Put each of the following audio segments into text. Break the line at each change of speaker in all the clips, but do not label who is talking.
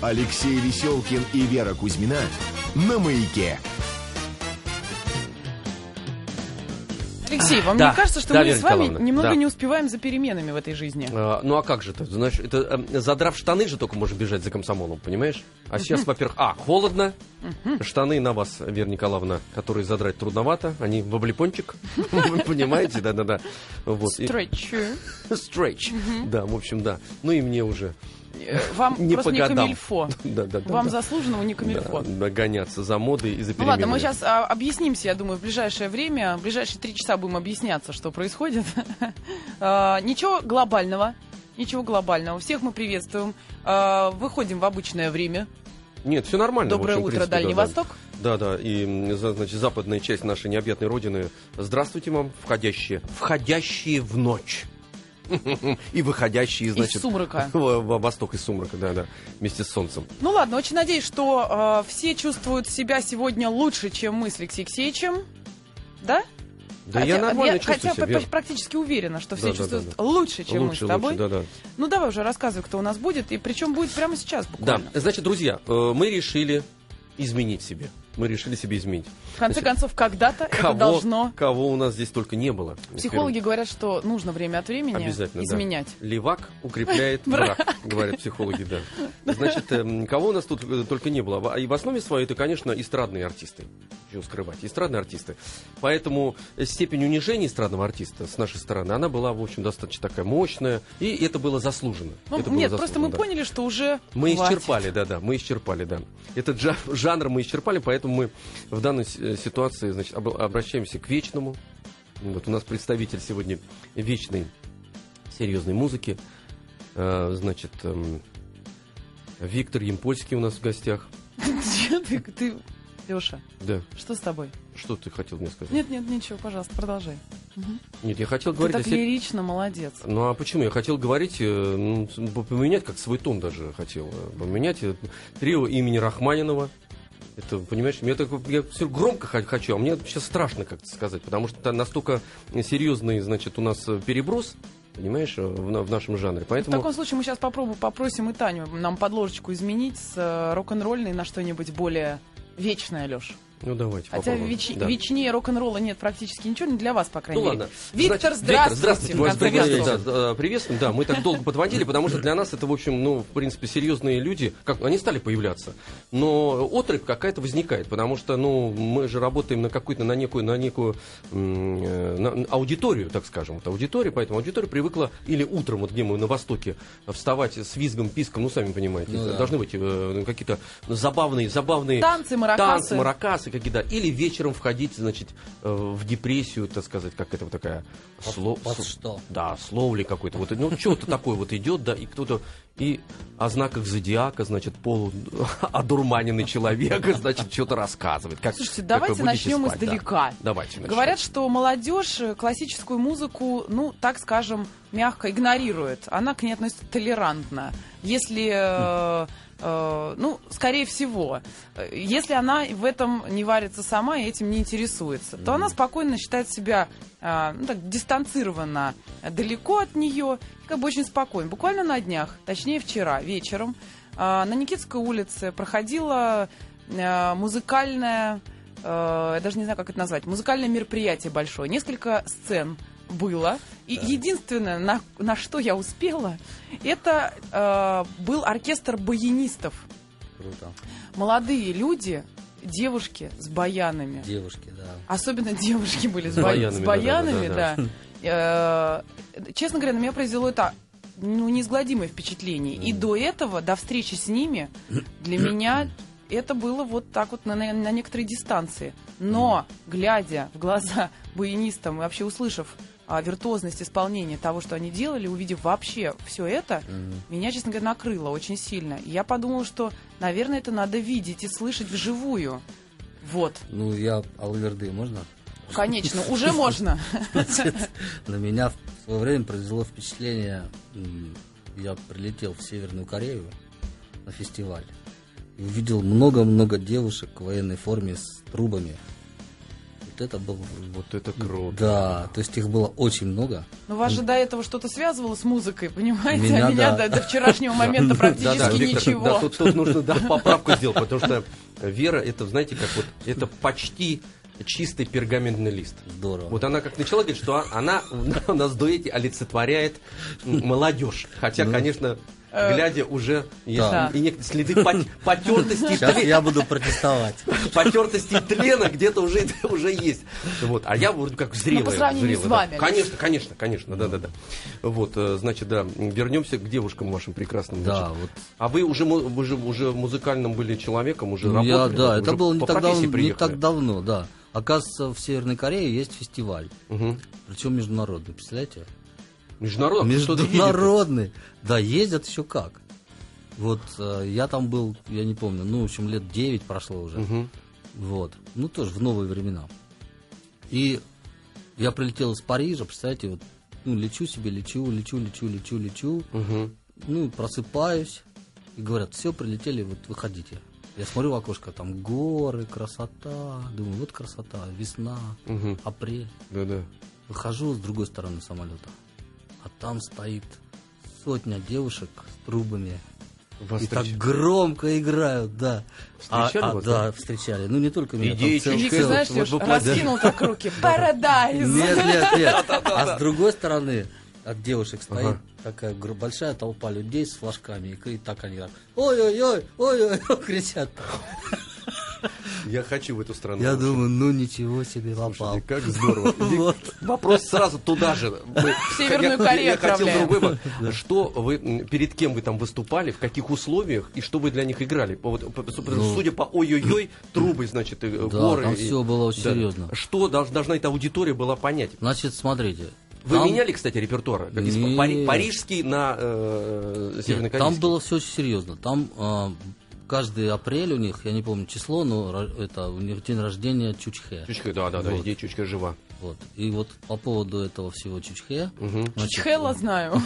Алексей Веселкин и Вера Кузьмина на маяке.
Алексей, вам
Да,
не кажется, что
да,
мы
Вера
с вами
Николаевна,
немного
да.
не успеваем за переменами в этой жизни?
А, Ну а как же это? Знаешь, это э, задрав штаны же только можно бежать за комсомолом, понимаешь? А сейчас, во-первых, а, холодно, штаны на вас, Вера Николаевна, которые задрать трудновато, они в облепончик, Вы понимаете, да-да-да. Вот, и-
Строчу.
Стретч. Да, в общем, да. Ну и мне уже
Э, Вам
не
просто
по
не
годам.
камильфо.
Да, да, да.
Вам
да.
заслуженного не камильфо.
Да, да, гоняться за модой и за
Ну ладно,
переменами.
мы сейчас а, объяснимся, я думаю, в ближайшее время. В ближайшие три часа будем объясняться, что происходит. А, Ничего глобального. Ничего глобального. Всех мы приветствуем. А, Выходим в обычное время.
Нет, все нормально. Ну, в
Доброе
общем, в
утро,
принципе,
Дальний
да, да.
Восток.
Да, да, и м, за- значит, западная часть нашей необъятной родины. Здравствуйте вам, входящие. Входящие в ночь. И выходящие, значит...
сумрака.
в- в восток из сумрака, да, да, вместе с солнцем.
Ну ладно, очень надеюсь, что э, все чувствуют себя сегодня лучше, чем мы с Алексеем Алексеевичем. Да?
Да
Хотя-
я нормально
я-
чувствую
Хотя
себя.
пр-
Вер.
практически уверена, что все
Да, да, да,
чувствуют лучше, чем мы с
лучше,
тобой.
лучше, да, да.
Ну давай уже рассказывай, кто у нас будет, и причем будет прямо сейчас
Да,
буквально.
значит, друзья, э, мы решили изменить себе. Мы решили себе изменить.
В конце
Значит,
концов, когда-то это
Кого,
должно...
кого у нас здесь только не было.
Психологи говорят, что нужно время от времени
Обязательно, да.
изменять.
Левак укрепляет брак, говорят психологи, да. Значит, эм, кого у нас тут э, только не было. И в основе своей это, конечно, эстрадные артисты. Чего скрывать, эстрадные артисты. Поэтому степень унижения эстрадного артиста с нашей стороны, она была, в общем, достаточно такая мощная. И это было заслуженно.
Ну,
Это было
нет,
заслуженно,
просто мы
да.
поняли, что уже
Мы
хватит.
исчерпали, да-да, мы исчерпали, да. Этот жа- жанр мы исчерпали, поэтому мы в данной с- э, ситуации значит, об- обращаемся к вечному. Вот у нас представитель сегодня вечной серьезной музыки. Э, Значит, эм, Виктор Емпольский у нас в гостях.
Чё ты, ты... Леша,
Да,
что с тобой?
что ты хотел мне сказать?
Нет, нет, ничего, пожалуйста, продолжай.
Нет, я хотел
Ты
говорить о
так
се-
лирично, молодец.
Ну а почему? Я хотел говорить, э, ну, с- по- поменять как свой тон даже хотел. э, Поменять э, трио имени Рахманинова. Это, понимаешь, мне так, я все громко хо- хочу, а мне сейчас страшно как-то сказать, потому что там настолько серьезный, значит, у нас э, переброс, понимаешь, э, в, на- в нашем жанре.
В
Поэтому
таком случае мы сейчас попробуем, попросим и Таню нам подложечку изменить с э, рок-н-ролльной на что-нибудь более вечное, Лёш.
Ну давайте
Хотя
попробуем.
веч-
Да.
вечнее рок-н-ролла нет практически ничего, не для вас, по крайней
Ну
мере.
ладно.
Виктор,
Значит,
здравствуйте.
здравствуйте.
в
Вас
конце
приветствуем,
концов.
да, э, приветствуем. Да, мы так долго подводили, потому что для нас это, в общем, ну, в принципе, серьезные люди. Как, они стали появляться. Но отрыв какая-то возникает, потому что, ну, мы же работаем на какую-то, на некую, на некую м, э, на- на аудиторию, так скажем. Вот аудитория, поэтому аудитория привыкла или утром, вот где мы на Востоке, вставать с визгом, писком, ну, сами понимаете.
Ну да.
Должны быть э, какие-то забавные, забавные
Танцы, маракасы.
танцы, маракасы какие-то, или вечером входить, значит, э, в депрессию, так сказать, как это вот такая сло...
Под- под
с-
что?
Да, словли какой-то. Вот, ну, что-то такое вот идет, да, и кто-то и о знаках зодиака, значит, полу одурманенный человек, значит, что-то рассказывает. Как,
Слушайте,
как вы
давайте
будете
начнем
спать, да.
издалека.
Давайте начнем.
Говорят, что молодежь э, классическую музыку, ну, так скажем, мягко игнорирует. Она к ней относится толерантно. Если, э, э, ну, скорее всего, э, если она в этом не варится сама и этим не интересуется, то она спокойно считает себя э, ну, так, дистанцированно э, далеко от нее, и как бы очень спокойно. Буквально на днях, точнее вчера вечером, э, на Никитской улице проходила э, музыкальная э, я даже не знаю, как это назвать, музыкальное мероприятие большое. Несколько сцен было. И единственное, на, на что я успела, это э, был оркестр баянистов.
Круто.
Молодые люди, девушки с баянами.
Девушки, да.
Особенно девушки были с,
С
ба-
баянами,
с
да,
баянами,
да,
да.
да,
Э, Честно говоря, на меня произвело это ну, неизгладимое впечатление. И до этого, до встречи с ними, для меня это было вот так вот на, на- на некоторой дистанции. Но, глядя в глаза баянистам и вообще услышав а, виртуозность исполнения того, что они делали, увидев вообще все это,
Мгм.
меня, честно говоря, накрыло очень сильно. И я подумала, что, наверное, это надо видеть и слышать вживую. Вот,
Ну, я Алверды, можно?
конечно, уже можно.
Значит, на меня в свое время произвело впечатление. м, Я прилетел в Северную Корею на фестиваль и увидел много-много девушек в военной форме с трубами. вот это было...
Вот это круто.
Да, то есть их было очень много.
Ну, вас же до этого что-то связывало с музыкой, понимаете?
Меня
а меня
да.
до, до вчерашнего момента практически
Да-да, Виктор,
ничего.
да, тут, тут нужно да, поправку сделать, потому что Вера, это, знаете, как вот, это почти чистый пергаментный лист.
Здорово.
Вот она как начала говорить, что а, она у нас дуэте олицетворяет м, молодежь. Хотя,
Ну.
конечно,
Э,
глядя уже есть
да.
и некоторые следы пот- потертости и
Сейчас
тле-
я буду протестовать.
потертости и тлена где-то уже, уже есть. Вот. А я вроде как зрелая.
Ну, по сравнению
зрелая,
с вами,
да.
Алексей.
Конечно, конечно, конечно, да-да-да. Вот, э, значит, да, вернемся к девушкам вашим прекрасным.
Да,
значит.
вот
А вы уже, му- вы же уже музыкальным были человеком, уже
Ну, я-
работали?
да,
уже
это было не
по
так,
профессии
давно, не
приехали.
так давно, да. Оказывается, в Северной Корее есть фестиваль,
Мгм.
причем международный, представляете?
Международный. что ты видел-то?
Международный. Да, ездят еще как. Вот э, я там был, я не помню, ну, в общем, лет 9 прошло уже.
Мгм.
Вот. Ну, тоже в новые времена. И я прилетел из Парижа, представляете, вот, ну, лечу себе, лечу, лечу, лечу, лечу, лечу.
Мгм.
Ну, просыпаюсь. И говорят, все, прилетели, вот выходите. Я смотрю в окошко, там горы, красота. Думаю, вот красота, весна,
Мгм.
апрель.
Да-да.
Выхожу с другой стороны самолета, а там стоит сотня девушек с трубами.
Вас
и так
встречали?
громко играют, да. А-
Встречали
а,
вас,
да, встречали. Ну, не только меня. там
Идеи
цел-
Или,
чушь,
цел-
знаешь,
вот
Леш,
воплоти-
раскинул так руки. Парадайз.
Нет, нет, нет. А с другой стороны от девушек стоит такая гр- большая толпа людей с флажками. И кри- так они так, ой-ой-ой, ой-ой-ой, кричат.
Я хочу в эту страну.
Я думаю, ну ничего себе попал.
Слушайте, как здорово.
Вот.
Вопрос сразу туда же. Мы-
Северную
я-
Корею
Я хотел
отправляем.
другой вопрос. Что вы, м, перед кем вы там выступали, в каких условиях и что вы для них играли? По- вот, по- су- потому что, Судя по ой-ой-ой, трубы, значит, и, э,
Ну. Да,
горы.
там
и-
всё было очень
Да.
серьезно.
Что долж- должна эта аудитория была понять?
Значит, смотрите.
Вы
там-
меняли, кстати, репертуар? Как из
Нет.
пари- парижский на э, северный
Нет, Там было все очень серьезно. Там а, каждый апрель у них, я не помню число, но ра- это у них день рождения Чучхе.
Чучка, да, да, да, идея Чучка жива.
Вот. И вот по поводу этого всего Чучхе, значит,
Чхела знаю.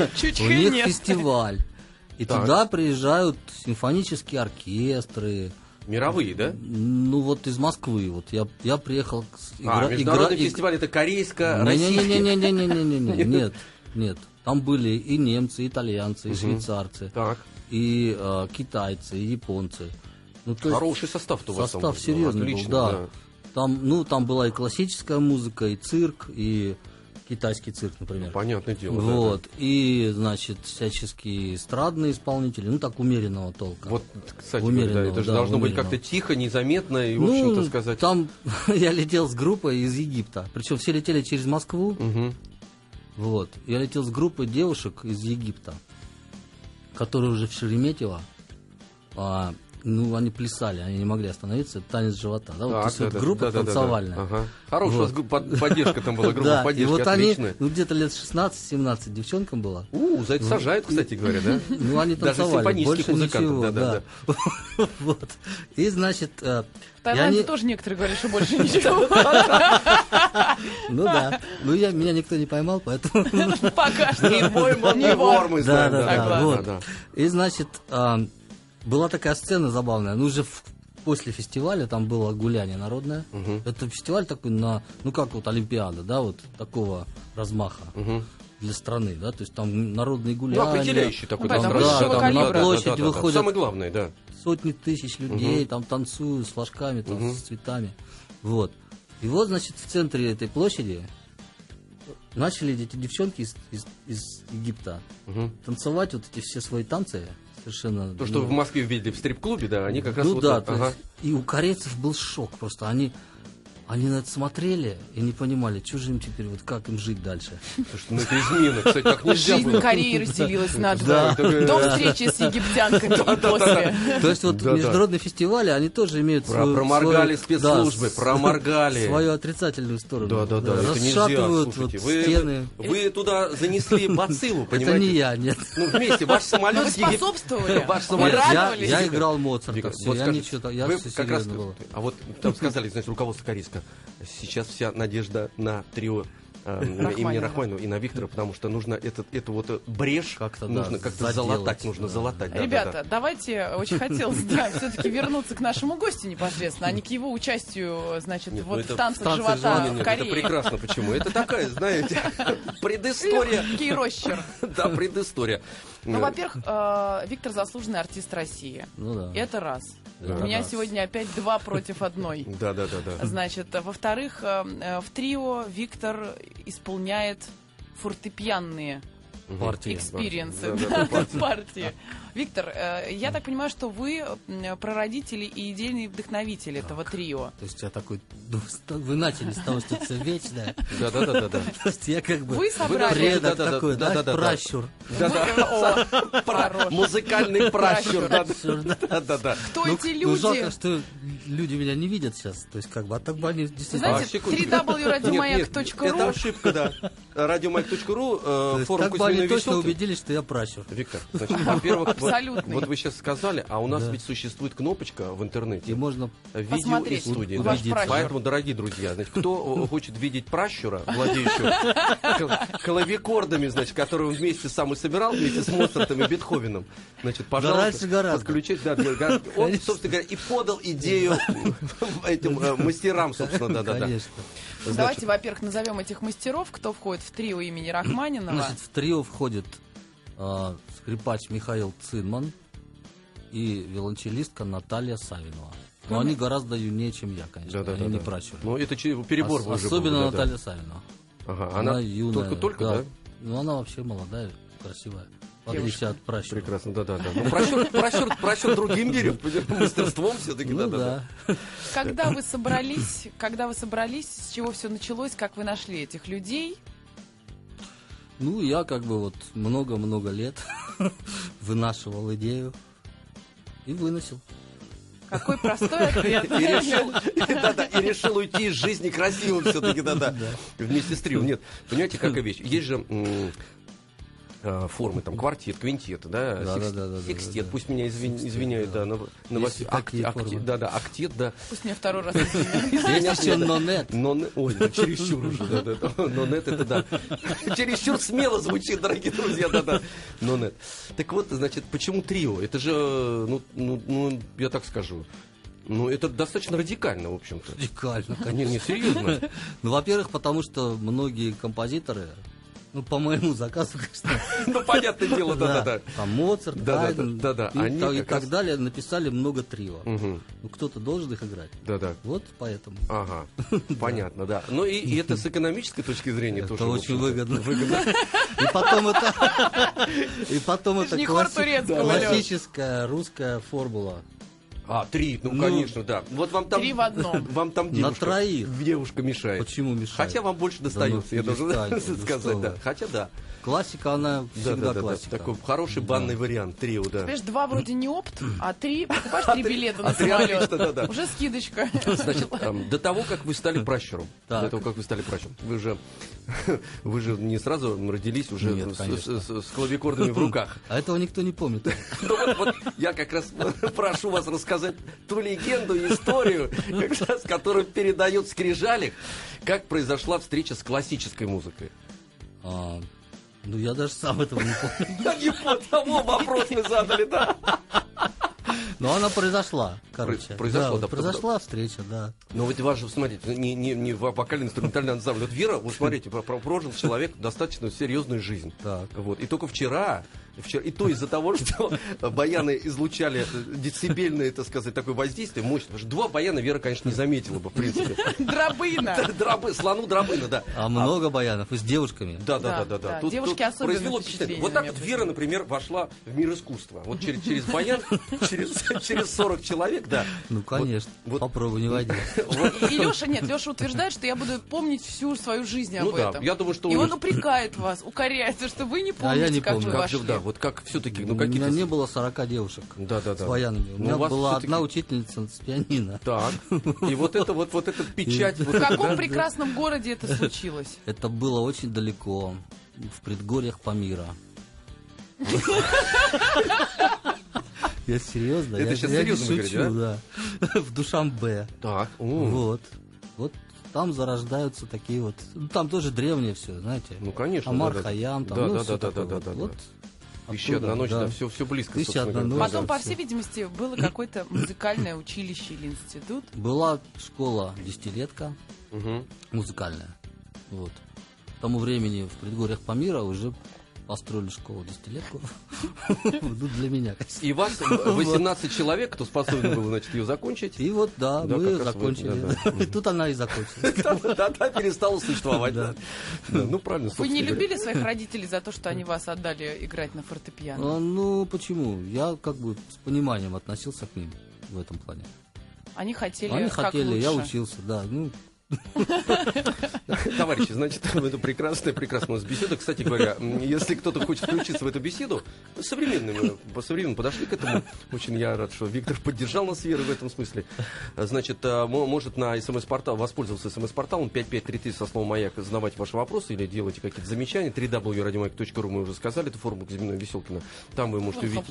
у
Чучхе
них
нет.
фестиваль. И
Так.
туда приезжают симфонические оркестры.
Мировые, да?
Ну вот из Москвы. Вот я, я приехал с-
а,
игра-
международный
игра- иг-
фестиваль это корейско российский
Не-не-не-не-не-не-не-не. Нет, нет. Там были и немцы, и итальянцы, и швейцарцы.
Так.
и э, китайцы, и японцы. Ну, то есть
Хороший состав-то у вас там
состав
был,
серьезный был,
отлично,
да.
да.
Там, ну, там была и классическая музыка, и цирк, и китайский цирк, например.
Понятное дело. Ну, да, да.
вот, и, значит, всякие эстрадные исполнители, ну, так, умеренного толка.
Вот, кстати, говоря,
Умеренного,
да, это же
да,
должно быть
умеренного.
как-то тихо, незаметно и, в
Ну,
общем-то, сказать...
там я летел с группой из Египта, причем все летели через Москву,
Мгм.
Вот. Я летел с группой девушек из Египта, которые уже в Шереметьево. а, ну, они плясали, они не могли остановиться. Это танец живота. Да, вот,
Так,
то есть вот
да-да,
группа
да-да-да-да.
танцевальная.
Ага. Хорошая у вас
Вот.
группа- под- поддержка там была, группа
Да, и
поддержки,
вот они,
отличная.
ну, где-то лет 16-17 девчонкам было.
У, за это сажают, кстати говоря, да?
Ну, они
Даже
танцевали,
симфонических
больше
музыкантов,
ничего.
да-да-да.
да. Вот. И, значит... э,
В
я
Таиланде
не-
тоже некоторые говорят, что больше ничего.
Ну да. Ну, я, меня никто не поймал, поэтому...
Пока что. Не
Ой, вот не вор, мы
Да,
знаем,
да, да,
Согласна.
вот. И значит, а, была такая сцена забавная. Ну, уже в- после фестиваля там было гуляние народное. Это фестиваль такой на, ну как вот Олимпиада, да, вот такого размаха для страны, да, то есть там народные
Ну,
гуляния.
определяющий такой.
да,
да,
там
страшный,
высшего
да, да,
калибра.
да, да, да,
площадь
да, да.
выходят.
Самое главное, да.
сотни тысяч людей там танцуют с флажками, там, с цветами. Вот. И вот, значит, в центре этой площади начали эти девчонки из, из- из Египта танцевать вот эти все свои танцы совершенно.
То, что
ну,
в Москве видели в стрип-клубе, да, они как раз...
ну
вот
да,
так,
то
ага.
есть и у корейцев был шок просто. Они, они на это смотрели и не понимали, что же им теперь, вот как им жить дальше.
Потому что, ну, это измена, кстати, так нельзя
Жизнь
было.
Кореи разделилась на
Да.
два. До встречи с египтянками и после.
То есть вот
Да, да.
международные фестивали, они тоже имеют
Про-
свою-
проморгали
свою-
спецслужбы,
с-
проморгали.
Свою отрицательную сторону.
Да, да, да, это нельзя,
Расшатывают вот
слушайте. Вы-
стены.
Вы туда занесли бациллу,
Это не
понимаете?
я, нет.
Ну, вместе, ваш
Но
самолет...
вы
Египет-
способствовали.
Ваш
Вы
самолет.
Нет, я,
радовались.
я играл Моцарта.
Вика,
всё,
вот
я
скажите,
ничего так- я
вы
всё
как раз,
серьезно было.
а вот там сказали, значит, руководство корейское, сейчас вся надежда на трио э, имени Рахманинова и на Виктора, потому что нужно этот, эту вот э, брешь
Как-то, да,
нужно как-то
заделать,
залатать, нужно
да.
залатать. да, да,
Ребята,
да.
давайте, э, очень хотелось, да, все-таки вернуться к нашему гостю непосредственно, а не к его участию, значит,
Нет, ну
вот
это
в
в
танцах
танцах
живота
желания
Нет,
в
нет, это
Корее.
прекрасно, почему. Это такая, знаете, предыстория.
Легкий росчерк.
Да, предыстория.
Ну,
Э,
во-первых, э, Виктор заслуженный артист России.
Ну да.
Это раз.
Да.
У меня
Раз.
сегодня опять два против одной.
Да, да, да, да.
Значит, э, во-вторых, э, э, в трио Виктор исполняет фортепианные
Мгм.
партия.
экспириенсы
Да,
да,
да,
в партии. Виктор, э, я так понимаю, что вы м, прародители и идейный вдохновитель этого трио.
То есть я такой, ну, что- вы начали с того, что все вечное.
Да, да, да, да, да.
То есть я как бы
Вы собрали-
предок
Да-да-да,
такой, да,
да-да-да.
пращур.
Да, да. Пра-
Хорош.
Музыкальный пращур. Да,
Пращур, да.
да, да, да.
Кто
Ну,
эти
Ну,
люди?
жалко, что люди меня не видят сейчас. То есть как бы, а так бы они
Вы
действительно...
знаете,
А, секундочку. Это
3wradiomayak.ru
ошибка, да.
То
Радиомаяк.ру, э,
есть
форум
так бы они
Кузьмина
точно
Веселкина.
убедились, что я пращур.
Виктор, значит, во-первых, вот,
Абсолютный.
вот вы сейчас сказали, а у нас
Да.
ведь существует кнопочка в интернете.
И можно...
Видео и
Посмотреть
студии.
ваш
да.
пращур.
Поэтому, дорогие друзья, значит, кто э, хочет видеть пращура, владеющего к- клавикордами, значит, которые он вместе сам и собирал, вместе с Моцартом и Бетховеном, значит, пожалуйста,
раньше гораздо.
подключить. Да, да, да. он, собственно говоря, и подал идею этим э, мастерам, собственно, да, да, да.
Конечно.
Давайте, во-первых, назовем этих мастеров, кто входит в трио имени Рахманинова.
Значит, в трио входит э, скрипач Михаил Цинман и виолончелистка Наталья Савинова. Но они гораздо юнее, чем я, конечно.
Да, да,
они
да,
не
да.
пращуры.
Ну, это че- перебор
Ос-
вы уже был,
Особенно
да, да.
Наталья Савинова.
Ага, она только-только, да?
Ну, она вообще молодая, красивая. В отличие от пращура.
Прекрасно, да, да, да. Ну, прощур, прощур, прощур другим берем, мастерством все-таки,
Ну
да, да, да.
да.
Когда
э,
вы собрались, когда вы собрались, с чего все началось, как вы нашли этих людей?
Ну, я как бы вот много-много лет вынашивал идею и выносил.
Какой простой ответ.
И решил, да-да, и решил уйти из жизни красивым все-таки, да-да, вместе с трио. Нет, понимаете, какая вещь? Есть же м, э, формы, там, квартет, квинтет, да,
Да,
секс-
да, да, да, да,
секстет,
да.
пусть меня извин- извиняют, да, на, на
Есть
Васи-
такие
акт-
формы.
актет, да, да, актет, да.
Пусть мне второй раз.
Есть еще нонет.
Но, ой, ну, чересчур уже, да, да, да. Но нет, это да. Чересчур смело звучит, дорогие друзья, да, да. Но нет. Так вот, значит, почему трио? Это же, э, ну, ну, ну, я так скажу, ну, это достаточно радикально, в общем-то.
Радикально,
Да Не, не, серьезно.
Ну, во-первых, потому что многие композиторы, ну, по моему заказу, конечно,
Ну, понятное дело, да-да-да.
там Моцарт,
Да-да-да,
Гайден
да-да,
и
они
та- и
как
так
раз-
далее, написали много трио.
Мгм.
Ну, кто-то должен их играть.
Да-да.
Вот поэтому.
Ага, понятно, да. Ну и, и это с экономической точки зрения
Это
тоже. в
очень
общем-то.
выгодно. И потом это... И потом
Ты ж
это
не хор
класси-
турецкого,
да,
Лёш.
классическая русская формула.
А, три, ну,
Ну,
конечно, да. Вот вам там...
три в одном.
Вам там
На
девушка.
троих.
Девушка мешает.
Почему мешает?
Хотя вам больше
Да
достается,
ну,
я должен
перестаньте, ну что
сказать, да.
вы.
Хотя да.
Классика,
Да,
она
да,
всегда
да, да.
классика.
Такой хороший банный вариант, трио, да.
Понимаешь, два вроде не опт, а три, покупаешь три билета на
а три
самолет.
отлично, да-да.
Уже скидочка.
Значит, эм, до того, как вы стали пращуром,
Так.
до того, как вы стали пращуром, вы же, вы же не сразу родились уже
Нет,
с,
конечно.
с- с- с клавикордами в руках.
А этого никто не помнит.
Ну вот, вот я как раз прошу вас рассказать ту легенду, историю, как раз, которую передают Скрижалик, как произошла встреча с классической музыкой.
А, Ну, я даже сам этого не помню.
Да не по тому вопрос мы задали, да.
Но она произошла, короче.
произошла,
вот
да,
Произошла встреча, да.
Но Ну вот ваш, смотрите, не, не, не во- вокально-инструментальный ансамбль. Вот Вера, вот смотрите, про- про- прожил человек достаточно серьезную жизнь.
Так.
Вот. И только вчера, вчера, и то из-за того, что баяны излучали э, децибельное, так сказать, такое воздействие мощное. Потому что два баяна Вера, конечно, не заметила бы, в принципе.
Дробына.
Дробы, слону дробына, да.
А много баянов и с девушками.
Да, да,
Да,
да, да,
да.
да.
Девушки особенно
произвело
впечатление
впечатление. Вот так
меня
вот Вера, например, вошла в мир искусства. Вот через, через баян, через, через 40 человек, да.
Ну, конечно.
вот-
Попробуй, не войди.
И Леша, нет, Леша утверждает, что я буду помнить всю свою жизнь об
Ну да,
этом.
я думаю, что
И
у
он
нас-
упрекает вас, укоряется, что вы не
А я
помните,
не
как вы
помню.
Как же,
вошли.
да, вот как все-таки, ну
у меня
какие-то...
не было 40 девушек
Да, да, да.
с баянами. У
Ну,
меня
вас
была
всё-таки-
одна учительница с пианино.
Так, и вот это вот, вот эта печать. вот
В
это,
каком
да?
прекрасном городе это случилось?
Это было очень далеко, в предгорьях Памира. Я серьезно?
Это
я-
сейчас
я не
серьезно вы
шучу, да. В Душамбе.
Так, о,
Вот. Вот там зарождаются такие вот... ну, Там тоже древнее все, знаете.
Ну, конечно,
Амар
да, да.
Хайям, там,
Да,
ну,
да, да,
всё
да,
такое
да,
вот.
да, да.
Вот
Тысяча
оттуда,
одна ночь, да,
да.
все, все близко,
Тысяча
собственно
одна
говоря.
ночь.
Да.
Потом, по
Ну всё.
всей видимости, было какое-то музыкальное училище или институт.
Была школа десятилетка
Мгм.
музыкальная. Вот. К тому времени в предгорьях Памира уже построили школу десятилетку. Ну, для меня, конечно.
И вас 18 человек, кто способен был, значит, ее закончить.
И вот, да,
Да,
мы
как раз вы-
закончили.
да,
И тут она и закончилась.
Да-да, перестала существовать. да. Да, Ну, правильно,
Вы не
собственно говоря.
любили своих родителей за то, что они вас отдали играть на фортепиано?
А, Ну, почему? Я как бы с пониманием относился к ним в этом плане.
Они хотели
Они
как
хотели, я
лучше.
учился, да. Ну,
Товарищи, значит, это прекрасная, прекрасная у нас беседа. Кстати говоря, м, если кто-то хочет включиться в эту беседу, ну, современные мы по современному подошли к этому. Очень я рад, что Виктор поддержал нас верой в этом смысле. А, Значит, а, мо- может на смс-портал воспользоваться смс-порталом 5533 со словом «Маяк» задавать ваши вопросы или делайте какие-то замечания. 3w.radiomаяк.ру мы уже сказали, это форум Казимина Веселкина. Там вы можете увидеть,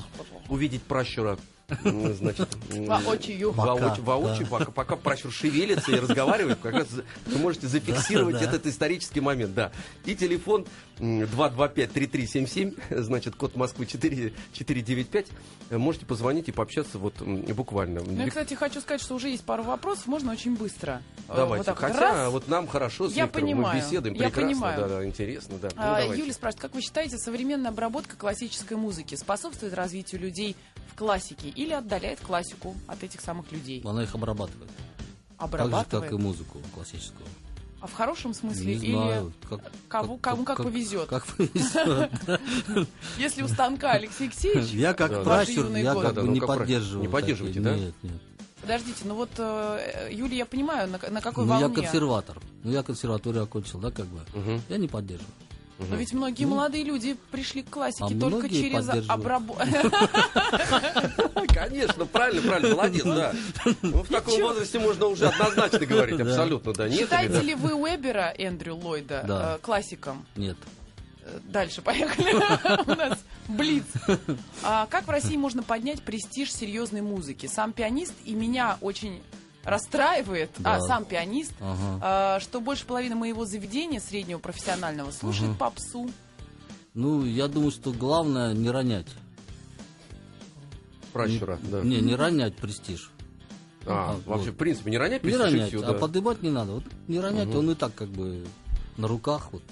увидеть пращура, м, значит, м,
Воочию.
Воочию,
Пока,
воочию, пока, пока пращур шевелится и разговаривает, как раз вы можете зафиксировать
Да-да-да.
этот исторический момент, да. И телефон м, 225-3377, значит, код Москвы 4 495. Э, Можете позвонить и пообщаться вот м, буквально.
Ну, я,
Вик-
кстати, хочу сказать, что уже есть пару вопросов, можно очень быстро. Э,
Давайте.
вот так вот
Хотя
раз.
вот нам хорошо с
Я
Виктором,
понимаю,
мы беседуем,
я
прекрасно,
понимаю.
да, да, интересно, да. Ну,
А,
давайте.
Юля спрашивает, как вы считаете, современная обработка классической музыки способствует развитию людей в классике или отдаляет классику от этих самых людей?
она их обрабатывает. Ну, Так же,
Обрабатывает?
как и музыку классическую.
А в хорошем смысле?
Не
или
знаю, как-
кому- кому как повезет.
Как повезет.
если у станка Алексей Алексеевич...
Я
Да, да.
как пращур,
Юные
я
годы.
как
Да,
бы
да,
не
ну, как пращур.
поддерживаю.
Не поддерживаете,
такие.
да?
Нет, нет.
Подождите, ну вот, э, Юля, я понимаю, на, на какой
Ну, я
волне.
консерватор. Ну, я консерваторию окончил, да, как бы.
Мгм.
Я не поддерживаю.
Но ведь многие молодые люди пришли к классике
Ну. А
только
многие
через
поддерживают.
обработку.
Конечно, правильно, правильно, молодец, да. Ну, в таком возрасте можно уже однозначно говорить,
Да.
абсолютно, да. Нет, или да?
Считаете ли вы Уэбера, Эндрю Ллойда,
Да.
э, классиком?
Нет.
Э, Дальше поехали. У нас блиц. А Как в России можно поднять престиж серьезной музыки? Сам пианист, и меня очень расстраивает, а
Да.
сам пианист,
Ага.
а, что больше половины моего заведения среднего профессионального слушает попсу.
Ну, я думаю, что главное не ронять.
Пращура, да.
Не, не ронять престиж.
А,
А,
вообще,
вот.
в принципе, не ронять
Не
престиж и
ронять,
всё,
а
да.
поднимать не надо. Вот не ронять,
Мгм.
он и так как бы на руках вот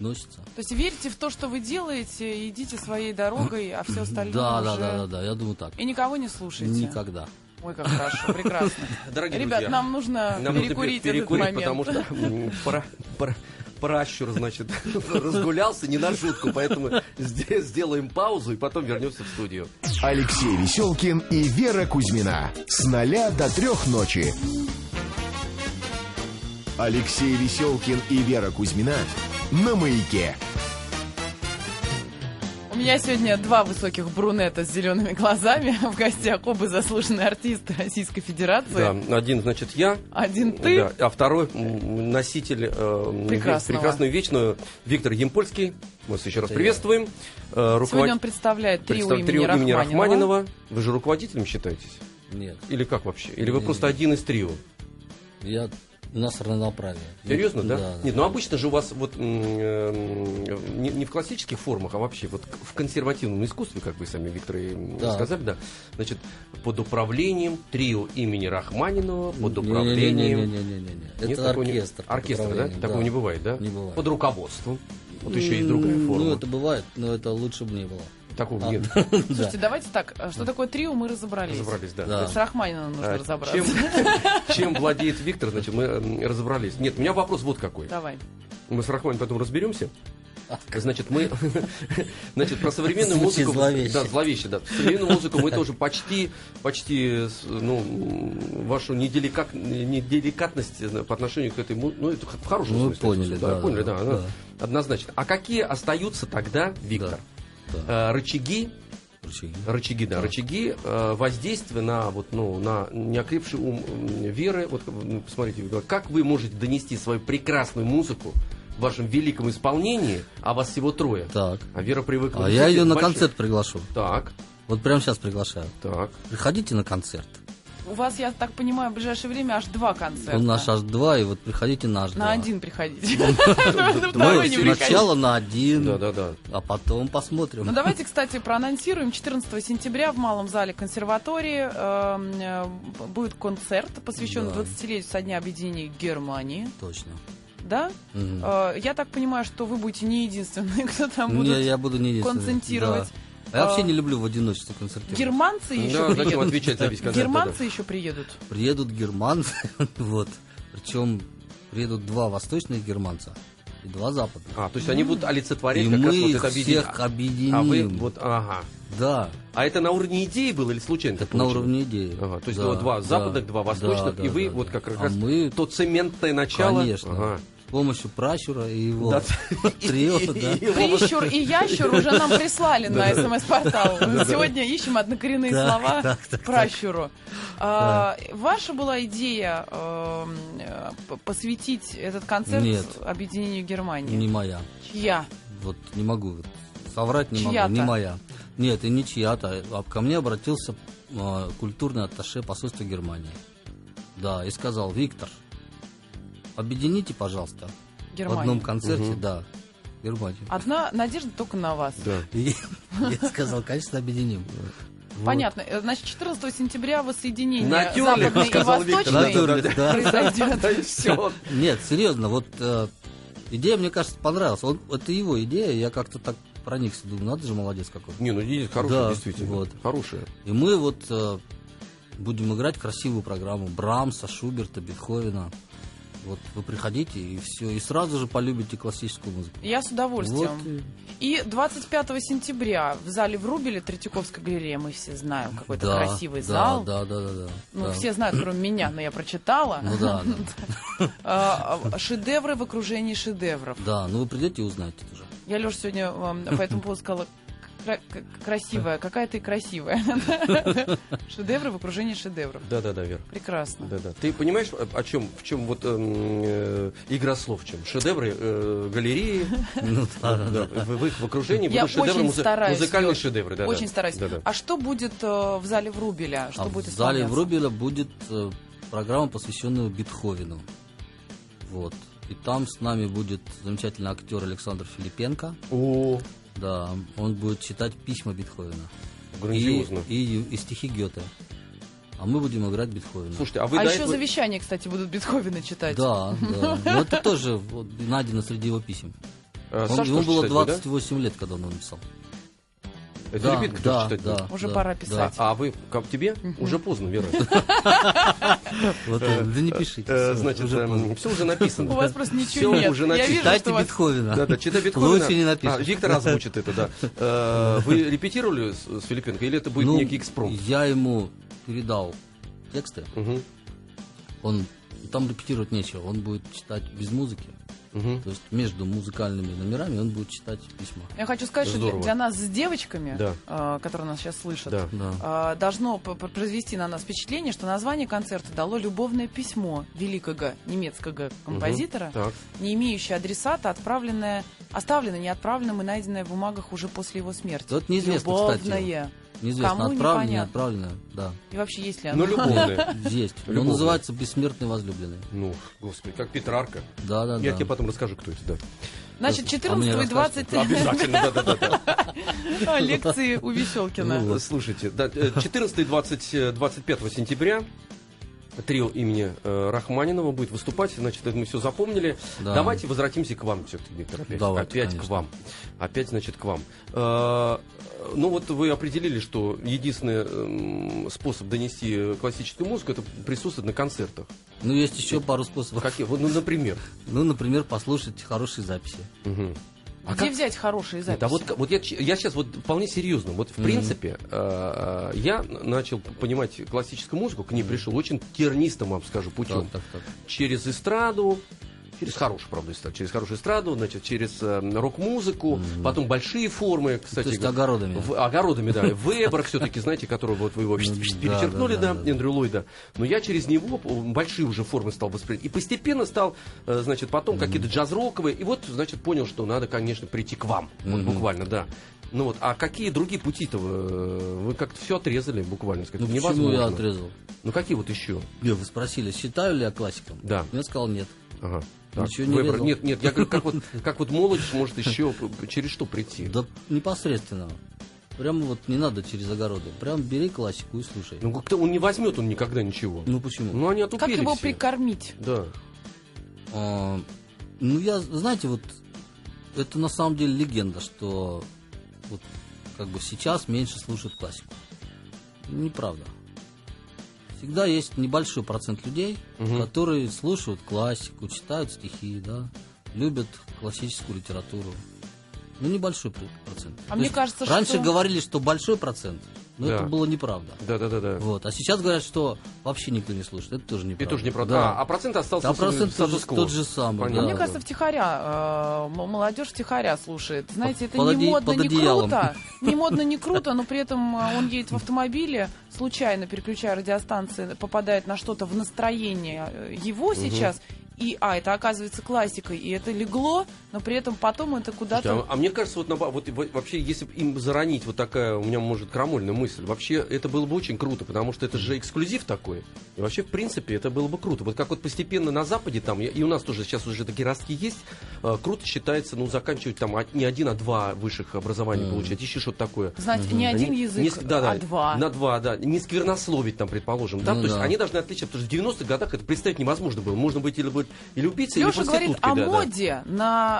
носится.
То есть верьте в то, что вы делаете, идите своей дорогой, а все остальное
Да, да,
уже-
да, да, да, я думаю так.
И никого не слушайте.
Никогда.
Ой, как хорошо, прекрасно.
Дорогие
Ребят,
друзья,
нам нужно
нам нужно
перекурить,
пере-
этот момент.
потому что м, пора- пора- пращур, значит, разгулялся не на шутку, поэтому здесь сделаем паузу и потом вернемся в студию.
Алексей Веселкин и Вера Кузьмина. С ноля до трех ночи. Алексей Веселкин и Вера Кузьмина на маяке.
У меня сегодня два высоких брунета с зелеными глазами. В гостях оба заслуженные артисты Российской Федерации.
Да, один, значит, я.
Один ты.
Да, а второй м, носитель э,
Прекрасного.
прекрасную вечную Виктор Емпольский. Мы вас еще раз приветствуем. Э,
Сегодня он
руковод-
представляет трио
представ-
имени,
трио имени
Рахманинова.
Рахманинова. Вы же руководителем считаетесь?
Нет.
Или как вообще? Или вы
Э,
Не,
просто
не.
один из трио?
Я у нас равноправие.
Серьезно, да?
Да.
Нет, ну обычно же у вас вот м, эм, не, не в классических формах, а вообще вот к- в консервативном искусстве, как вы сами, Виктор, и м,
Да.
сказали, да. Значит, под управлением трио имени Рахманинова, под управлением...
Не-не-не-не-не-не-не.
Нет,
Это
такого не-
оркестр. под
Оркестр, да?
управлением,
Такого не бывает, да?
Не бывает.
Под руководством. Вот еще есть другая
М,
форма.
Ну, это бывает, но это лучше бы не было.
Такого
А,
нет.
Слушайте, давайте так, а что такое трио, мы разобрались.
Разобрались, да.
Да.
С Рахманиновым нужно
А,
разобраться.
Чем, чем владеет Виктор, значит, мы м, разобрались. Нет, у меня вопрос вот какой.
Давай.
Мы с Рахманином потом разберемся. Значит, мы значит, про современную
Звучит
музыку...
зловеще.
Да, зловеще, да. Современную музыку мы тоже почти, почти, с- ну, м, вашу неделикат, неделикатность э, по отношению к этой музыке, ну, это х- в хорошем
Ну,
смысле.
поняли, да,
Поняли, да,
да,
она-
да.
однозначно. А какие остаются тогда, Виктор,
Да,
э, рычаги,
Рычаги.
рычаги, да, рычаги э, воздействия на, вот, ну, на неокрепший ум м, веры? Вот, м, посмотрите, Виктор, как вы можете донести свою прекрасную музыку в вашем великом исполнении, а вас всего трое?
Так.
А Вера привыкла.
А
к
я
музыке
ее на
большой.
концерт приглашу.
Так,
Вот прямо сейчас приглашаю.
так.
Приходите на концерт.
у вас, я так понимаю, в ближайшее время аж два концерта.
Он наш аж два, и вот приходите на аж
На
два.
один приходите. На второй
Мы
не приходите.
сначала на один,
Да, да, да.
а потом посмотрим.
Ну давайте, кстати, проанонсируем. 14 сентября в Малом зале консерватории эм, э, будет концерт, посвященный
Да.
20-летию со дня объединения Германии.
Точно.
Да?
Мгм.
Э, я так понимаю, что вы будете не единственные, кто там
Не,
будет.
я буду не единственный.
концентрировать.
Да. Я вообще
А,
не люблю в одиночестве концертировать.
Германцы еще
Да, зачем
приедут.
отвечать за весь концерт?
Германцы еще приедут.
Приедут германцы, вот. Причем приедут два восточных германца и два западных.
А, то есть они будут олицетворять
И
как раз
мы
вот
их
это объединение.
всех объединим.
А вы вот, ага.
Да,
А это на уровне идеи было или случайно? так
это на
получилось?
уровне идеи.
Ага, то есть
Да,
ну, два
да,
западных, два
да,
восточных,
да,
и вы
да,
вот
да.
как
А
раз
мы,
то цементное начало.
конечно,
Ага.
с помощью пращура и его
Да.
трио, да.
И- и- и вот-
Прищур и ящур уже нам прислали на смс-портал. Сегодня ищем однокоренные
Так,
слова
так, так,
пращуру. А, Ваша была идея эм, э, п- посвятить этот концерт
Нет.
объединению
Не
Германии?
моя.
Чья?
Вот не могу вот соврать, не
Чья-то?
могу, не моя. Нет, и не чья-то. А Ко мне обратился э, культурный атташе посольства Германии. Да, и сказал, Виктор, объедините, пожалуйста, в одном
Германия.
концерте,
Мгм.
да, Германию.
Одна надежда только на вас.
Да.
И Я сказал, конечно, объединим.
Понятно. Э, Значит, 14 сентября воссоединение
Натюрлих,
западной и
сказал Виктор.
восточной
Натюрлих, да.
произойдет.
Да и все.
Нет, серьезно, вот э, идея, мне кажется, понравилась. Он, это его идея, я как-то так проникся, думаю, надо же, молодец какой.
Не, ну идея
Да,
хорошая, действительно.
вот.
Хорошая.
И мы вот э, будем играть красивую программу Брамса, Шуберта, Бетховена. Вот вы приходите и все, и сразу же полюбите классическую музыку.
Я с удовольствием.
Вот, э,
И 25 сентября в зале в Рубеле Третьяковской галереи мы все знаем, какой-то
да,
красивый
да,
зал.
Да, да, да, да.
Ну,
да.
все знают, кроме меня, но я прочитала.
Ну да, да,
А, а, Шедевры в окружении шедевров.
да. Ну вы придете и узнаете уже.
Я, Леша, сегодня эм, по этому поводу сказала, «Кра- к- красивая, какая ты красивая. Шедевры в окружении шедевров.
Да, да, да, Вер.
Прекрасно.
Да, да. Ты понимаешь, о- о чем, в чем вот эм, э, игра слов, в чем шедевры э, галереи,
Ну да, да,
да,
да.
в, в их в окружении
Я
будут шедевры,
очень
музы-
стараюсь,
музыкальные
Лёш.
шедевры, да, да.
Очень стараюсь.
Да, да.
А что будет э, в зале в Рубеля? Что
А
будет
в зале
исполняться?
Врубеля будет э, программа, посвященная Бетховену. Вот. И там с нами будет замечательный актер Александр Филипенко.
О,
Да, он будет читать письма Бетховена. И,
грандиозно.
и, и стихи Гёте. А мы будем играть Бетховена.
Слушайте, а вы
А
до
еще
этого-
завещание, кстати, будут Бетховена читать.
Да, да. Но это тоже вот, найдено среди его писем.
э,
Он-
Саш
ему
тоже
было
читать будет,
28 лет, когда он его написал.
да? Это Лебедка тоже читать будет.
да,
Уже
да,
пора
да.
писать.
А вы, как тебе? Уже поздно, Вера.
Вот, э, да не пишите.
Э,
всё,
Значит,
уже поздно.
все уже
У
написано.
вас просто ничего
Всё
нет.
уже
Я
написано.
вижу,
Читайте
что у вас
Бетховена.
Да, да, читай Бетховена.
Лучше не
А,
напишешь.
Виктор озвучит это, да. Э, Вы репетировали с, с Филипенко или это будет
Ну,
некий экспромт?
Я ему передал тексты.
Мгм,
Он там репетировать нечего. Он будет читать без музыки.
мгм.
То есть между музыкальными номерами он будет читать письма.
Я хочу сказать, что для,
Здорово.
для нас с девочками,
Да.
э, которые нас сейчас слышат,
Да.
Да.
э, должно п- п- произвести на нас впечатление, что название концерта дало любовное письмо великого немецкого композитора,
Так.
не имеющее адресата, отправленное, оставленное, не отправленным и найденное в бумагах уже после его смерти.
Вот неизвестно, кстати.
любовное.
Неизвестно,
Кому
отправлено, не
непонятно.
отправлено. Да.
И вообще есть ли оно?
Но любовные.
Есть. Он
Любовное.
называется «Бессмертный возлюбленный».
Ну, господи, как Петрарка.
Да, да,
Я
да.
тебе потом расскажу, кто это, да.
Значит,
А мне
14 и 20
расскажете?
Обязательно, да, да, да.
А, лекции у Веселкина.
Ну, Слушайте, да, э, 14 и 20, э, 25 сентября трио имени э, Рахманинова будет выступать, значит, это мы все запомнили.
Да.
Давайте возвратимся к вам все-таки, Виктор, опять,
Давайте,
опять к
конечно.
вам. Опять, значит, к вам. Э, Ну вот вы определили, что единственный эм, способ донести э, классическую музыку это присутствовать на концертах.
Ну, есть еще пару способов.
Какие? Вот, ну, например.
Ну, например, послушать хорошие записи.
Мгм. А
Где
как-
взять хорошие
Нет,
записи?
а вот, к- вот я, ч- я сейчас вот вполне серьезно. Вот в принципе э, я начал понимать классическую музыку, к ней пришел очень тернистым, вам скажу, путем.
Так, так, так.
Через эстраду, через хорошую, правда, эстраду, через хорошую эстраду, значит, через э, рок-музыку, потом большие формы, кстати.
То есть
г-
огородами.
в- огородами, да. Вебер все-таки, знаете, которого вот вы его перечеркнули, да,
да, да, да.
Эндрю Ллойда. Но я через него п- большие уже формы стал воспринимать. И постепенно стал, э, значит, потом какие-то джаз-роковые. И вот, значит, понял, что надо, конечно, прийти к вам. Вот буквально, да. Ну вот, а какие другие пути-то вы, вы как-то все отрезали буквально?
Ну,
сказать,
почему я отрезал?
Ну какие вот еще?
Не, вы спросили, считаю ли я классиком?
Да.
Я сказал нет.
Ага.
Ничего не
выбор.
резал.
Нет, нет, я говорю, как вот, как вот молодежь может еще через что прийти?
Да непосредственно. Прямо вот не надо через огороды. Прям бери классику и слушай.
Ну как-то он не возьмет он никогда ничего.
Ну почему?
Ну они
Как
отупели
его
все.
прикормить?
Да.
А, ну, я, знаете, вот это на самом деле легенда, что вот как бы сейчас меньше слушают классику. Неправда. Всегда есть небольшой процент людей,
Мгм.
которые слушают классику, читают стихи, да, любят классическую литературу. Ну, небольшой пр- процент.
А мне кажется, что-
раньше говорили, что большой процент, но
Да.
это было неправда.
Да, да, да, да.
Вот. А сейчас говорят, что вообще никто не слушает. Это тоже неправда.
Это тоже не про
Да.
А, а процент остался
Да,
в основном
процент тот же-
статус-кво.
тот же самый,
Понятно.
да.
А Мне кажется, втихаря. э, м- молодежь втихаря слушает. Знаете, это
под
не
оде-
модно,
под
не
одеялом.
круто. Не модно, не круто, но при этом э, он едет в автомобиле, случайно переключая радиостанции, попадает на что-то в настроение э, его сейчас. И, а, это оказывается классикой, и это легло, но при этом потом это
Слушайте,
куда-то...
а, а мне кажется, вот, на ба- вот и во- вообще, если бы им заронить вот такая, у меня может крамольная мысль, вообще это было бы очень круто, потому что это же эксклюзив такой. И вообще, в принципе, это было бы круто. Вот как вот постепенно на Западе там, и- и у нас тоже сейчас уже такие ростки есть, э, круто считается, ну, заканчивать там от- не один, а два высших образования получать, еще что-то такое.
Знаете, не один
Они-
язык,
не с- да, да,
а два.
На два, да. Не сквернословить там, предположим. Да?
Ну
То есть
да.
они должны отличаться, потому что в 90-х годах это представить невозможно было. Можно быть или, быть, или убийцей,
Леша
или
говорит а
проституткой.
о
да, да.
моде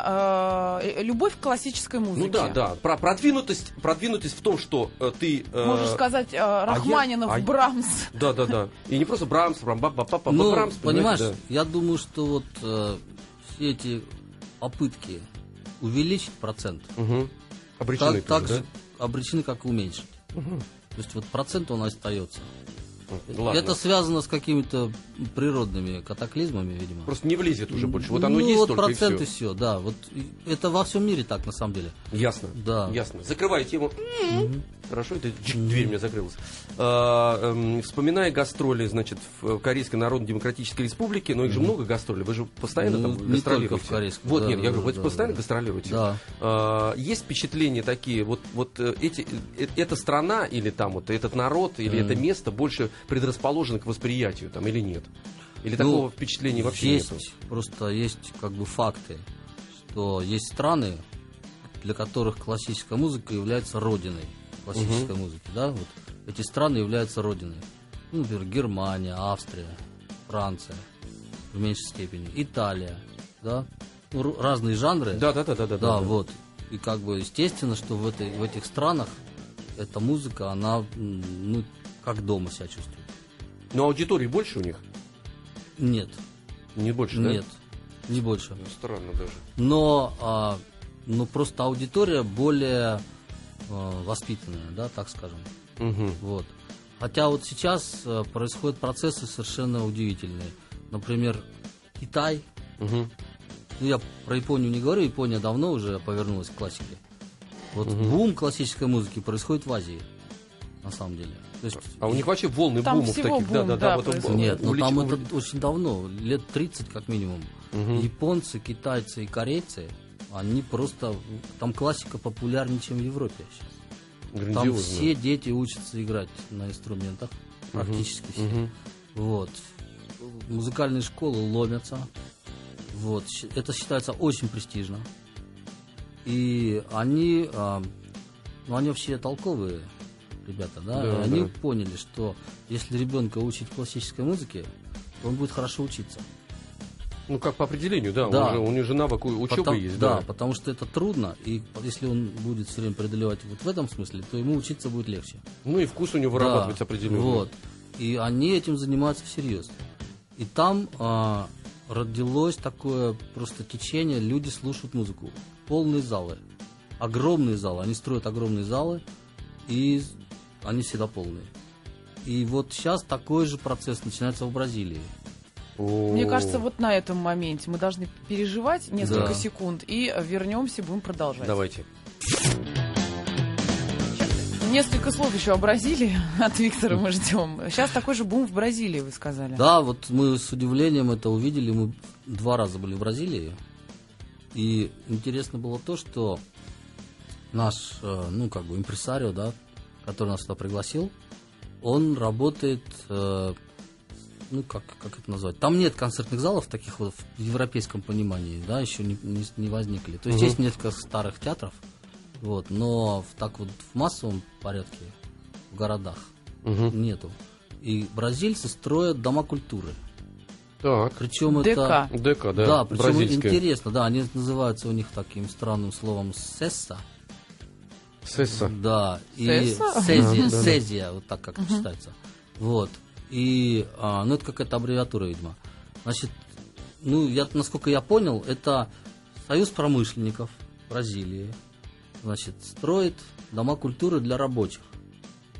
на э, любовь к классической музыке.
Ну да, да. Про продвинутость, продвинутость в том, что э, ты. э,
Можешь сказать э, Рахманинов,
а я-
Брамс.
Да, да, да. И не просто Брамс, Брам, ба, ба, ба, ба,
Ну,
Брамс,
понимаешь,
понимаете,
я думаю, что вот э, все эти попытки увеличить процент
да. Мгм. Обречены
так,
тоже,
так же обречены, как и уменьшить. То есть вот процент он остается.
да? Ладно.
Это связано с какими-то природными катаклизмами, видимо.
Просто не влезет уже больше. Вот
ну,
оно есть
вот
только
процент
и
и
все.
все, да. Вот и- это во всем мире так на самом деле.
Ясно.
Да.
Ясно. Закрываю тему. Хорошо, это джик, дверь у меня закрылась. А, эм, Вспоминая гастроли, значит, в Корейской Народно-Демократической Республике, но их же много гастролей, вы же постоянно
Ну,
там
не только в
гастролируете.
Корейской,
Вот,
да,
нет, я
да,
говорю, вы
да,
постоянно
да.
гастролируете.
Да.
А, Есть впечатления такие, вот, вот э, эти, э, эта страна или там вот этот народ или это место больше предрасположено к восприятию там или нет? Или
Ну,
такого впечатления вообще
есть,
нету?
просто есть как бы факты, что есть страны, для которых классическая музыка является родиной классической музыки, да, вот эти страны являются родиной, ну, например, Германия, Австрия, Франция в меньшей степени, Италия, да, Ну, ру- разные жанры,
Да, да, да, да, да.
да, вот, и как бы естественно, что в этой в этих странах эта музыка, она м, ну как дома себя чувствует,
Но аудитории больше у них?
нет,
Не больше, да?
нет, не больше.
Ну, Странно даже.
но, а, но просто аудитория более а, воспитанная, да, так скажем.
Мгм.
Вот. Хотя вот сейчас а, происходят процессы совершенно удивительные. Например, Китай,
Мгм.
ну я про Японию не говорю, Япония давно уже повернулась к классике. Вот бум классической музыки происходит в Азии, на самом деле. То есть
А у них вообще волны
Там
бумов
всего
таких, да,
бум,
да,
да,
да. вот он-
происходит.
Нет, ну
увлеч-
там
увлеч-
это очень давно, лет 30 как минимум. Японцы, китайцы и корейцы, они просто... Там классика популярнее, чем в Европе сейчас. Там
грандиозно.
все дети учатся играть на инструментах, практически все.
Мгм.
Вот. Музыкальные школы ломятся. Вот. Щ- Это считается очень престижно. И они, а, ну, они вообще толковые ребята, да?
Да,
И они
да.
поняли, что если ребенка учить классической музыке, то он будет хорошо учиться.
Ну, как по определению, да,
Да.
Он же, у них же навык у- учебы
Потом-
есть,
да,
да.
потому что это трудно, и по- если он будет все время преодолевать вот в этом смысле, то ему учиться будет легче.
Ну и вкус у него вырабатывается
Да,
определенный.
Вот. И они этим занимаются всерьез. И там а, родилось такое просто течение, люди слушают музыку. Полные залы. Огромные залы. Они строят огромные залы, и они всегда полные. И вот сейчас такой же процесс начинается в Бразилии.
О.
Мне кажется, вот на этом моменте мы должны переживать несколько
Да.
секунд и вернемся, будем продолжать.
Давайте.
Несколько слов еще о Бразилии от Виктора мы ждем. Сейчас такой же бум в Бразилии, вы сказали.
Да, вот мы с удивлением это увидели. Мы два раза были в Бразилии. И интересно было то, что наш, э, ну, как бы, импресарио, да, который нас сюда пригласил, он работает, э, ну, как, как это назвать? Там нет концертных залов таких вот в европейском понимании, да, еще не, не, не возникли. То есть есть несколько старых театров, вот, но в, так вот в массовом порядке в городах
Мгм.
нету. И бразильцы строят дома культуры.
Так.
Причем это...
ДК.
ДК, да,
Да, причем
бразильская.
интересно, да, они называются у них таким странным словом сесса.
Сесса.
Да, и
Сесса?
сезия,
Да, да, да.
сезия, вот так как это читается. Вот. И, а, ну, это какая-то аббревиатура, видимо. Значит, ну, я, насколько я понял, это Союз промышленников Бразилии, значит, строит дома культуры для рабочих.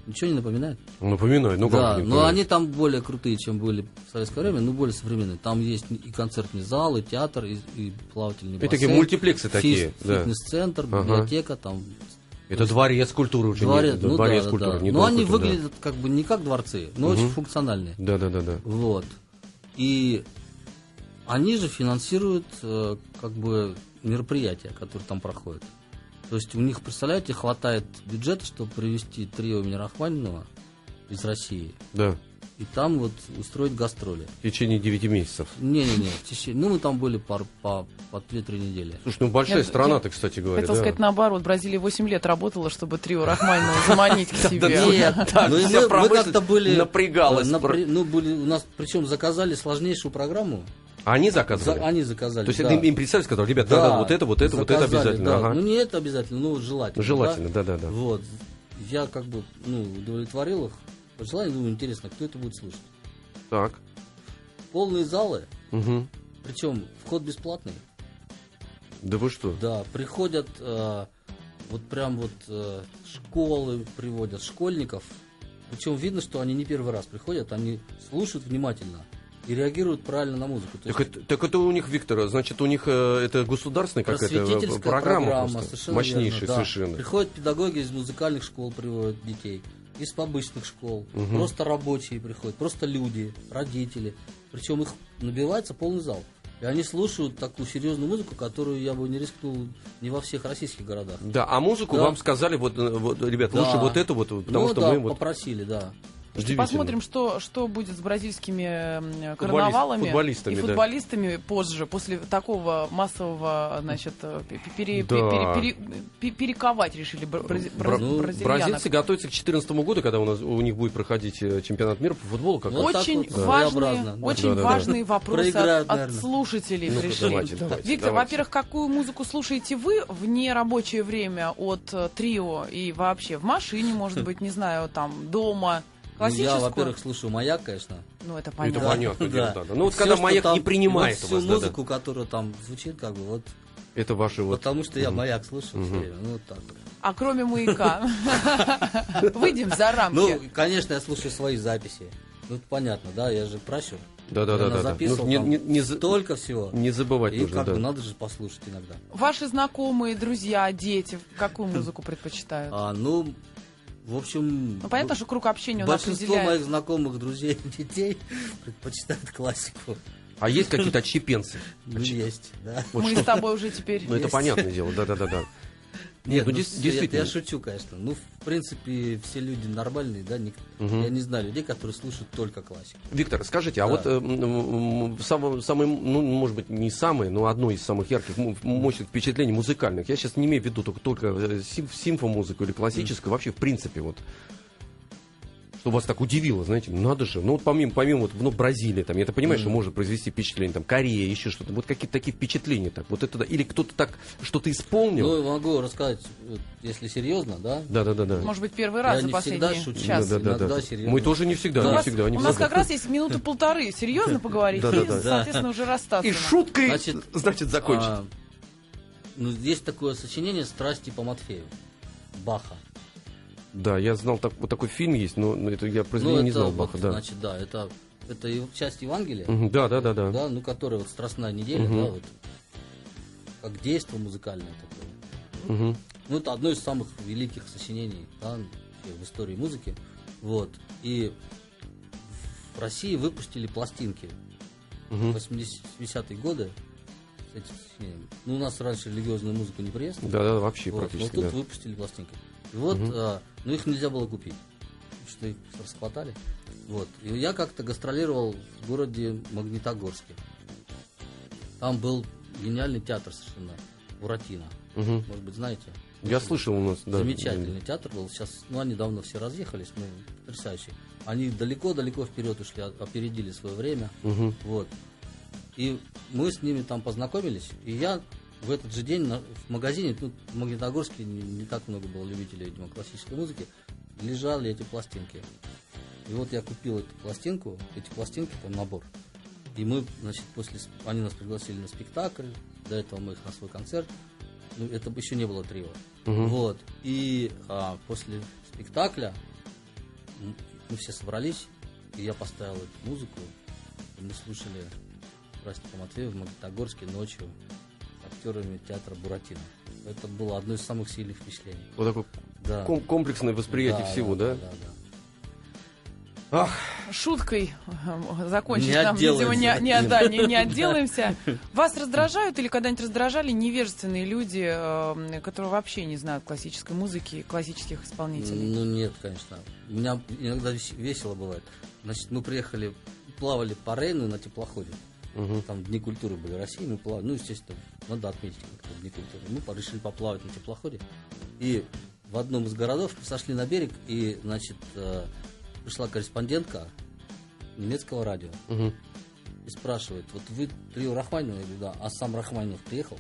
Ничего не напоминает?
Напоминаю, ну как
да,
же не
но
помню.
они там более крутые, чем были в советское время, но более современные. Там есть и концертный зал, и театр, и, и плавательный
И
бассейн.
такие мультиплексы такие, да.
Фитнес-центр,
Ага.
библиотека, там
Это дворец культуры уже
дворец.
нет, да,
ну,
дворец
да,
культуры.
да, да.
не
Но
дом
они
культуры, да.
выглядят как бы не как дворцы, но очень функциональные.
Да, да, да, да.
Вот. И они же финансируют э, как бы мероприятия, которые там проходят. То есть у них, представляете, хватает бюджета, чтобы привезти трио Мирахманинова из России
Да.
и там вот устроить гастроли.
В течение 9 месяцев.
Не-не-не, в течение- ну мы там были пар, по, по 2-3 недели.
Слушай, ну большая
Я-
страна-то, кстати говоря.
Хотел
да.
сказать наоборот, Бразилия 8 лет работала, чтобы трио Рахманинова заманить к себе.
Нет,
так,
ну и
вся
мы, мы
промышленность
как-то были...
напрягалась.
э, напря- ну, были, у нас причем заказали сложнейшую программу.
Они
За-
заказывали?
они заказали.
То есть
да.
это им, им представили, сказали, ребят,
Да,
надо вот это, вот это, вот это
заказали,
обязательно.
да.
Ага.
Ну не это обязательно, ну желательно.
Желательно, да, да, да.
Вот. Я как бы ну, удовлетворил их. Пожелание, думаю, интересно, кто это будет слушать.
Так.
Полные залы,
Мгм.
причем вход бесплатный.
Да вы что?
Да, приходят э, вот прям вот э, школы приводят школьников. Причем видно, что они не первый раз приходят, они слушают внимательно и реагируют правильно на музыку. То
Так
есть
это, так это у них, Виктор, значит, у них э, это государственная какая-то э,
просветительская
программа,
программа,
просто.
совершенно
мощнейшая
верно, да.
совершенно.
Приходят педагоги из музыкальных школ, приводят детей, из обычных школ, просто рабочие приходят, просто люди, родители. Причем их набивается полный зал. И они слушают такую серьезную музыку, которую я бы не рискнул не во всех российских городах.
Да, а музыку
Да.
вам сказали, вот, э, вот, ребят, лучше
Да.
вот это вот, вот, потому
ну
что
да,
мы вот...
попросили, да. Ну,
Удивительно.
Посмотрим, что, что будет с бразильскими м, карнавалами
футболистами,
и
да.
футболистами позже, после такого массового, значит, э, пе- пе- пере-
Да.
пере- пере- пе- перековать решили бра- брази- бра-
Бра-
бразильянок.
Ну, Бразильцы готовятся к 2014 году, когда у, нас, у них будет проходить э, чемпионат мира по футболу. Как
Вот
раз.
так
Очень
вот, да.
важные,
своеобразно, да.
очень
Да-да-да.
важные вопросы
Проиграют,
от, от
наверное.
слушателей
Ну-ка,
пришли.
давайте, давайте,
Виктор,
давайте.
во-первых, какую музыку слушаете вы в нерабочее время от э, трио и вообще в машине, может быть, не знаю, там дома?
Ну, я,
Классическую?
во-первых, слушаю маяк, конечно.
Ну, это
Это
понятно.
понятно, дело, да. Ну вот
Всё,
когда
что
маяк
там-
не принимает
вот
вас,
всю
да, да.
музыку, которая там звучит, как бы вот,
Это ваши вот...
потому что я маяк слушаю всё время, ну вот так. вот.
А кроме маяка. Выйдем за
Ну,
рамки.
конечно, я слушаю свои записи. Ну, это понятно, да, я же пращур.
Да-да-да-да.
Я
да.
записывал
Ну, не-
там
не- не за-
столько всего.
Не забывать
и
нужно,
как
да.
бы надо же послушать иногда.
Ваши знакомые, друзья, дети какую музыку предпочитают?
А, ну, в общем...
Ну, понятно, что круг общения он
Большинство моих
определяет.
знакомых, друзей и детей предпочитают классику.
А есть какие-то отщепенцы?
Ну, есть, да.
Вот
Мы
что-
с тобой уже теперь...
Ну, это понятное дело, да-да-да. Нет, ну, дес-
я-
действительно.
Я, шучу, конечно. Ну, в принципе, все люди нормальные, да. ник- Я не знаю людей, которые слушают только классику.
Виктор, скажите, а
Да.
вот э, м, м, самое, самое, ну, может быть, не самое, но одно из самых ярких, м, мощных впечатлений музыкальных, я сейчас не имею в виду только, только э, сим- симфомузыку или классическую, вообще, в принципе, вот, что вас так удивило, знаете, надо же, ну, вот помимо, помимо вот, ну, Бразилии, там, я это понимаю, что может произвести впечатление, там, Корея, еще что-то, вот какие-то такие впечатления, так, вот это, да. или кто-то так что-то исполнил,
Ну, могу рассказать, вот, если серьезно, да.
да-да-да-да.
Может быть, первый
Я
раз за
не всегда
последний
шучу.
час.
Да, да, да,
Иногда
да.
серьезно.
Мы тоже не всегда,
Да.
Ну, У
не
вас-
всегда, не
у нас
всегда.
как раз есть минуты полторы серьезно поговорить
Да, да,
и,
да.
соответственно, уже расстаться.
И шутка, и-
Значит,
значит, закончить.
А, ну, есть такое сочинение «Страсти по Матфею» Баха.
Да, я знал, так, вот такой фильм есть, но но это я произведение
Ну, это
не знал
вот,
Баха, да.
Значит, да, это, это и часть Евангелия,
Мгм, Да, да, да, да.
да, ну, которая вот «Страстная неделя»,
Мгм.
да, вот, как действо музыкальное такое.
Мгм.
Ну, это одно из самых великих сочинений да, в истории музыки. Вот. И в России выпустили пластинки в 80-е годы с эти, э, ну, у нас раньше религиозную музыку не приветствовали.
Да, да, вообще
Вот,
практически.
Но
да.
тут выпустили пластинки. И вот, а, но их нельзя было купить, потому что их расхватали. Вот. И я как-то гастролировал в городе Магнитогорске. Там был гениальный театр совершенно, Буратино.
Мгм.
Может быть, знаете?
Я слышал у нас, да.
Замечательный театр был. Сейчас, ну, они давно все разъехались, ну, потрясающий. Они далеко-далеко вперед ушли, о- опередили свое время.
Мгм.
Вот. И мы с ними там познакомились, и я в этот же день на- в магазине, тут в Магнитогорске не, не так много было любителей, видимо, классической музыки, лежали эти пластинки. И вот я купил эту пластинку, эти пластинки, там набор. И мы, значит, после... сп- Они нас пригласили на спектакль, до этого мы их на свой концерт. Ну, это еще не было трио. Вот. И а, после спектакля м, мы все собрались, и я поставил эту музыку. И мы слушали Праздника Матвея в Магнитогорске ночью с актерами театра Буратино. Это было одно из самых сильных впечатлений.
Вот такое
Да.
ком- комплексное восприятие всего, да?
Да, да, да.
шуткой э, закончить.
Не
Там, видимо, не,
отделаемся.
не- да, не, не отделаемся. Вас раздражают или когда-нибудь раздражали невежественные люди, э, которые вообще не знают классической музыки и классических исполнителей?
Ну нет, конечно. У меня иногда вес- весело бывает. Значит, мы приехали, плавали по Рейну на теплоходе. Там Дни культуры были России, мы плавали. Ну, естественно, надо отметить как-то Дни культуры. Мы по- решили поплавать на теплоходе. И в одном из городов сошли на берег, и, значит, э, пришла корреспондентка немецкого радио
Мгм.
и спрашивает, вот вы Трио Рахманинова? Я говорю, да, а сам Рахманинов приехал?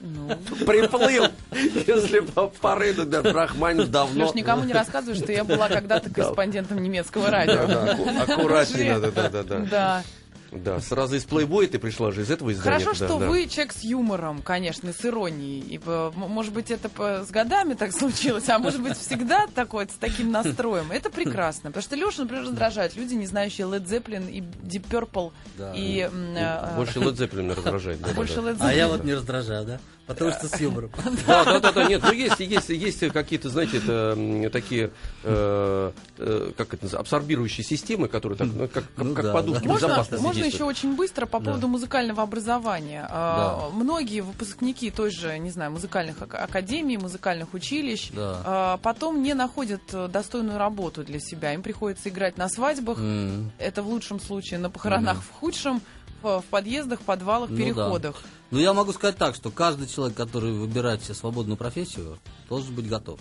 Ну,
Приплыл, если по поры, да, Рахманин давно.
Леш, никому не рассказывай, что я была когда-то корреспондентом немецкого радио.
ну, Да, аку- Аккуратнее надо, да, да, да.
Да.
Да, сразу из плейбоя ты пришла же, из этого издания.
Хорошо,
да,
что
да.
вы человек с юмором, конечно, с иронией. И, э, м- может быть, это по- с годами так случилось, а может быть, всегда такой, с таким настроем. Это прекрасно. Потому что Леша, например, раздражает люди, не знающие Led Zeppelin и Deep Purple.
Да.
И, м, э,
Больше Led Zeppelin раздражает. да, да,
больше
да.
Led
А
Zeppelin.
я вот не раздражаю, да? Потому что с юмором.
Да, да, да, да, нет, ну есть, есть, есть какие-то, знаете, это, м, такие, э, э, как это, называется, абсорбирующие системы, которые так, ну, как, как,
Ну
как
да,
подушки
да.
э, Можно,
безопасности
можно еще
действуют.
очень быстро по поводу музыкального образования. А, Многие выпускники той же, не знаю, музыкальных ак- академий, музыкальных училищ,
Да.
а, потом не находят э, достойную работу для себя. Им приходится играть на свадьбах,
М.
это в лучшем случае, на похоронах, в худшем в в подъездах, подвалах,
Ну да.
переходах.
Ну, я могу сказать так, что каждый человек, который выбирает себе свободную профессию, должен быть готов.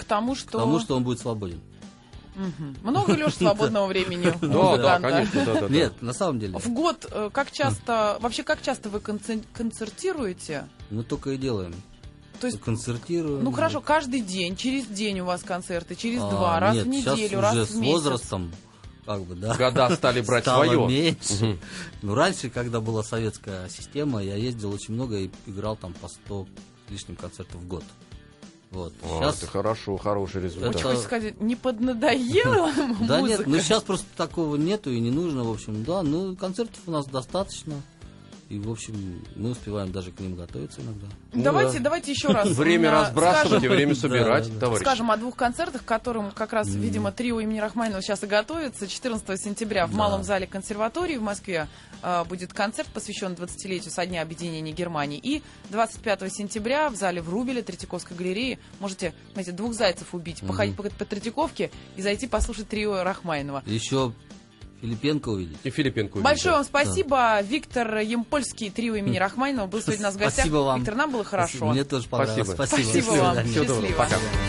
К тому, что...
Потому что он будет свободен.
Мгм. Много, Леш, свободного времени у
Да, да,
музыканта?
конечно, да, А да, да.
Нет, на самом деле,
В год э, как часто... Вообще, как часто вы концен- концертируете?
мы только и делаем.
То есть
Концертируем.
Ну хорошо, каждый день, через день у вас концерты, через
Э, А,
два, раз
нет,
в
сейчас
неделю,
уже
раз
с
в месяц.
возрастом, как бы, да.
Года стали брать
стало
свое.
меньше. Ну, раньше, когда была советская система, я ездил очень много и играл там по 100 с лишним концертов в год. Вот.
А,
сейчас
Это хорошо, хороший результат.
Очень
Это-
хочется сказать, не поднадоела вам
Да нет,
музыка?
ну сейчас просто такого нету и не нужно, в общем, да, ну концертов у нас достаточно. И, в общем, мы успеваем даже к ним готовиться иногда.
ну
Давайте,
да.
давайте еще раз.
Время
на-
разбрасывать и
скажем-
время
Да,
собирать,
да, да.
товарищи.
Скажем о двух концертах, к которым как раз, видимо, трио имени Рахманинова сейчас и готовится. 14 сентября в
Да.
Малом зале консерватории в Москве э, будет концерт, посвящен 20-летию со дня объединения Германии. И 25 сентября в зале Врубеля Третьяковской галереи можете, знаете, двух зайцев убить, походить по, по Третьяковке и зайти послушать трио Рахманинова.
Еще Филипенко увидеть.
И Филипенко.
Большое вам спасибо. Виктор Емпольский, трио имени Рахманинова, был сегодня у нас в гостях.
Спасибо вам.
Виктор, нам было хорошо.
Мне тоже понравилось.
Спасибо.
Спасибо.
Спасибо
До
вам.
свидания.
Всего доброго.
Счастливо.
Пока.